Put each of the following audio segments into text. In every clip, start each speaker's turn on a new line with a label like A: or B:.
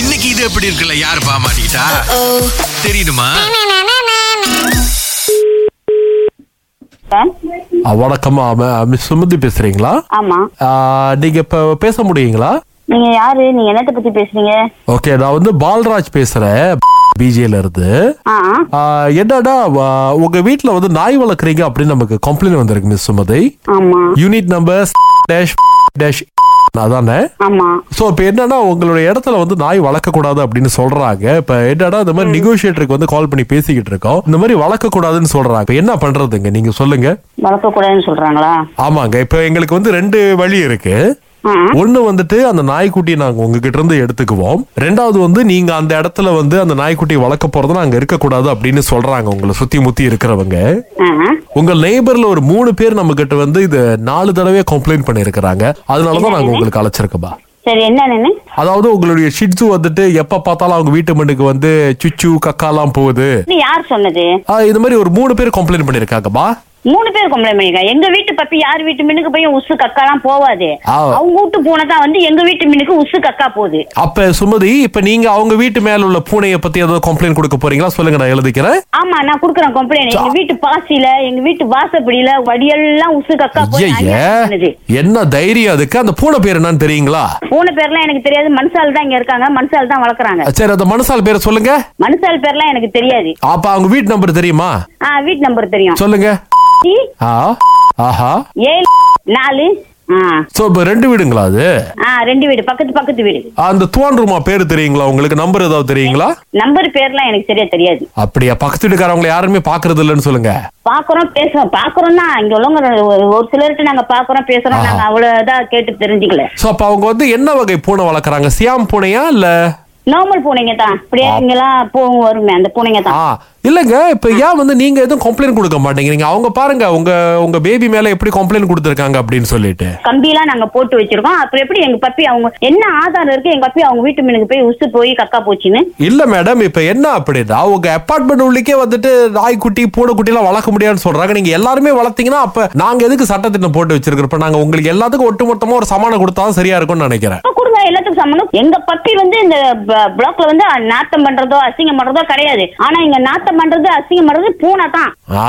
A: இன்னைக்கு இது எப்படி இருக்குல்ல யாரு பாமாட்டா தெரியுமா
B: ஆ, வணக்கம் ஆமா மிஸ் சுமதி பேசுறீங்களா
C: ஆமா
B: ஆ, நீங்க இப்ப பேச முடியுங்களா
C: நீங்க யாரு நீங்க என்னத்த பத்தி பேசுறீங்க
B: ஓகே நான் வந்து பால்ராஜ் பேசுறேன் பிஜேல இருந்து
C: ஆ ஆ.
B: ஆ, என்னடா ஆ, உங்க வீட்ல வந்து நாய் வளர்க்குறீங்க அப்படின்னு நமக்கு கம்ப்ளைண்ட் வந்திருக்கு மிஸ் சுமதி
C: ஆமா
B: யூனிட் நம்பர் டேஷ் டேஷ் அதானே
C: ஆமா
B: ஸோ இப்போ என்னன்னா உங்களுடைய இடத்துல வந்து நாய் வளர்க்கக்கூடாது அப்படின்னு சொல்றாங்க இப்போ என்னன்னா இந்த மாதிரி நெகோஷியேட்டருக்கு வந்து கால் பண்ணி பேசிக்கிட்டு இருக்கோம் இந்த மாதிரி வளர்க்கக்கூடாதுன்னு சொல்றாங்க இப்ப என்ன பண்றதுங்க நீங்க சொல்லுங்க
C: வளர்க்க கூடாதுன்னு சொல்றாங்களா
B: ஆமாங்க இப்போ எங்களுக்கு வந்து ரெண்டு வழி இருக்கு
C: ஆ
B: ஒண்ணு வந்துட்டு அந்த நாய்க்குட்டியை நாங்க உங்ககிட்ட இருந்து எடுத்துக்குவோம் ரெண்டாவது வந்து நீங்க அந்த இடத்துல வந்து அந்த நாய்க்குட்டியை வளர்க்க போறது நாங்க இருக்கக்கூடாது அப்படின்னு சொல்றாங்க உங்களை சுத்தி முத்தி இருக்கிறவங்க
C: ஆ
B: உங்க நெய்பர்ல ஒரு மூணு பேர் நம்ம கிட்ட வந்து இது நாலு தடவையே கம்ப்ளைண்ட் பண்ணியிருக்கிறாங்க அதனாலதான் நாங்க உங்களுக்கு அழைச்சிருக்கோம்பா
C: சரி என்னன்னு
B: அதாவது உங்களுடைய ஷிட்ஸு வந்துட்டு எப்ப பார்த்தாலும் அவங்க வீட்டு மண்ணுக்கு வந்து சுச்சு கக்காலாம் போகுது
C: இது யார் சொன்னது
B: ஆஹ் இது மாதிரி ஒரு மூணு பேர் கம்ப்ளைண்ட் பண்ணிருக்காங்கப்பா
C: மூணு பேர் கம்ப்ளைண்ட் பண்ணிருக்காங்க எங்க வீட்டு பப்பி யார் வீட்டு மின்னுக்கு போய் உசு கக்காலாம் போவாது
B: ஆ.
C: அவங்க வீட்டு பூனை தான் வந்து எங்க வீட்டு மின்னுக்கு உசு கக்கா போகுது
B: அப்ப சுமதி இப்ப நீங்க அவங்க வீட்டு மேல உள்ள பூனையை பத்தி ஏதாவது கம்ப்ளைண்ட் கொடுக்க போறீங்களா சொல்லுங்க நான் எழுதிக்கிறேன்
C: ஆமா நான் குடுக்குறேன் கம்ப்ளைண்ட் எங்க வீட்டு பாசியில எங்க வீட்டு வாசப்படியில வடியெல்லாம் உசு கக்கா போய் நான்
B: ஐயையே,
C: என்ன பண்ணுது?
B: என்ன தைரியம் அதுக்கு அந்த பூனை பேர் என்னன்னு தெரியுங்களா
C: பூனை பேர்லாம் எனக்கு தெரியாது மனுஷால் தான் இங்க இருக்காங்க மனுஷால் தான் வளர்க்குறாங்க
B: சரி அந்த மனசால் பேரை சொல்லுங்க
C: மனுஷால் பேர்லாம் எனக்கு தெரியாது
B: அப்ப அவங்க வீட்டு நம்பர் தெரியுமா
C: ஆ வீட்டு நம்பர் தெரியும்
B: சொல்லுங்க
C: சி,
B: ஆ ஆஹா
C: ஏழு நாலு ஆ
B: சோ இப்ப ரெண்டு வீடுங்களா அது
C: ஆ ரெண்டு வீடு பக்கத்து பக்கத்து வீடு
B: அந்த தோன்றுமா பேர் தெரியுங்களா உங்களுக்கு நம்பர் ஏதாவது தெரியுங்களா
C: நம்பர் பேர்லாம் எனக்கு சரியா தெரியாது
B: அப்படியா பக்கத்து வீட்டுக்காரவங்களை யாருமே பாக்குறது இல்லைன்னு சொல்லுங்க
C: பாக்குறோம் பேசுறோம் பாக்குறோம்னா இங்க உள்ளவங்க ஒரு- ஒரு சிலர்கிட்ட நாங்க பாக்குறோம் பேசுறோம் நாங்க அவ்வளவுதா கேட்டு தெரிஞ்சுக்கல
B: சோ அப்ப அவங்க வந்து என்ன வகை பூனை வளர்க்கறாங்க சியாம் பூனையா இல்ல
C: நார்மல் பூனைங்க தான் அப்படியே இங்கெல்லாம் போகும் வருமே அந்த பூனைங்க
B: ஆ
C: தான்
B: இல்லங்க இப்ப ஏன் வந்து நீங்க எதுவும் கம்ப்ளைண்ட் கொடுக்க மாட்டேங்கிறீங்க அவங்க பாருங்க உங்க உங்க பேபி மேல எப்படி கம்ப்ளைண்ட் கொடுத்திருக்காங்க அப்படின்னு சொல்லிட்டு
C: கம்பியெல்லாம் நாங்க போட்டு வச்சிருக்கோம் அப்புறம் எப்படி எங்க பப்பி அவங்க என்ன ஆதாரம் இருக்கு எங்க பப்பி அவங்க வீட்டு மீனுக்கு போய் உசு போய் கக்கா போச்சுன்னு
B: இல்ல மேடம் இப்ப என்ன அப்படின்னா உங்க அபார்ட்மெண்ட் உள்ளிக்கே வந்துட்டு நாய்க்குட்டி பூனைக்குட்டி எல்லாம் வளர்க்க முடியாதுன்னு சொல்றாங்க நீங்க எல்லாருமே வளர்த்தீங்கன்னா அப்ப நாங்க எதுக்கு சட்டத்திட்டம் போட்டு வச்சிருக்கிறோம் நாங்க உங்களுக்கு எல்லாத்துக்கும் ஒட்டுமொத்தமா ஒரு சமானம் கொடுத்தாலும் சரியா இருக்கும்னு நினைக்கிறேன்
C: இப்ப கொடுங்க எல்லாத்துக்கும் சம்மந்தம் எங்க பப்பி வந்து இந்த பிளாக்ல வந்து நாத்தம் பண்றதோ அசிங்கம் பண்றதோ கிடையாது ஆனா இங்க நாத்தம் பண்றது அசிங்கம் பண்றது பூனை தான்
B: ஆ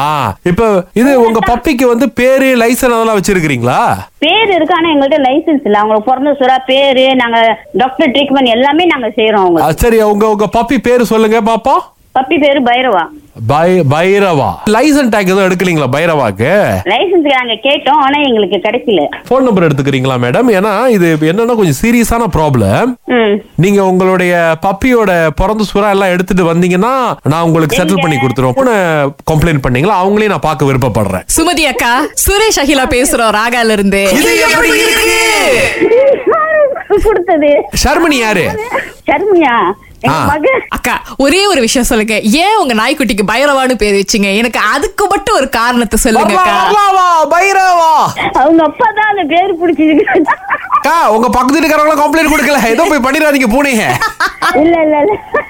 B: இப்ப இது உங்க பப்பிக்கு வந்து பேரு லைசன் அதெல்லாம் வச்சிருக்கீங்களா
C: பேர் இருக்கு ஆனா எங்கள்ட்ட லைசென்ஸ் இல்ல அவங்களுக்கு பிறந்த சுறா பேரு நாங்க டாக்டர் ட்ரீட்மெண்ட் எல்லாமே நாங்க செய்யறோம் அவங்க
B: ஆ, சரி உங்க உங்க பப்பி பேரு சொல்லுங்க பாப்போம்
C: பப்பி பேரு பைரவா
B: பை பைரவா லைசன் டேக் எதுவும் எடுக்கலீங்களா பைரவாக்கு
C: லைசென்ஸ் நாங்க கேட்டோம் ஆனா எங்களுக்கு கிடைக்கல
B: ஃபோன் நம்பர் எடுத்துக்கிறீங்களா மேடம் ஏன்னா இது என்னன்னா கொஞ்சம் சீரியஸான ப்ராப்ளம்
C: ம்
B: நீங்க உங்களுடைய பப்பியோட பிறந்த சுறா எல்லாம் எடுத்துட்டு வந்தீங்கன்னா நான் உங்களுக்கு செட்டில் பண்ணி கொடுத்துருவோம் பூனை கம்ப்ளைண்ட் பண்ணீங்களா அவங்களையும் நான் பார்க்க விருப்பப்படுறேன்
D: சுமதி அக்கா சுரேஷ் அகிலா பேசுறோம் ராகால இருந்து
C: கொடுத்தது
B: ஷர்மணி யாரு
C: சர்மியா எங்க
B: ஆ.
C: மக
D: அக்கா ஒரே ஒரு விஷயம் சொல்லுங்க ஏன் உங்க நாய்க்குட்டிக்கு பைரவான்னு பேர் வச்சீங்க எனக்கு அதுக்கு மட்டும் ஒரு காரணத்தை சொல்லுங்க
B: வர்லா,
D: அக்கா
B: வர்லாவா, பைரவா
C: அவங்க அப்பா தான் அந்த பேர் பிடிச்சிருக்கு
B: அக்கா, உங்க பக்கத்து வீட்டுக்காரங்களும் கம்ப்ளைண்ட் கொடுக்கல ஏதோ போய் பண்ணிடாதீங்க பூனைய
C: இல்ல இல்ல இல்ல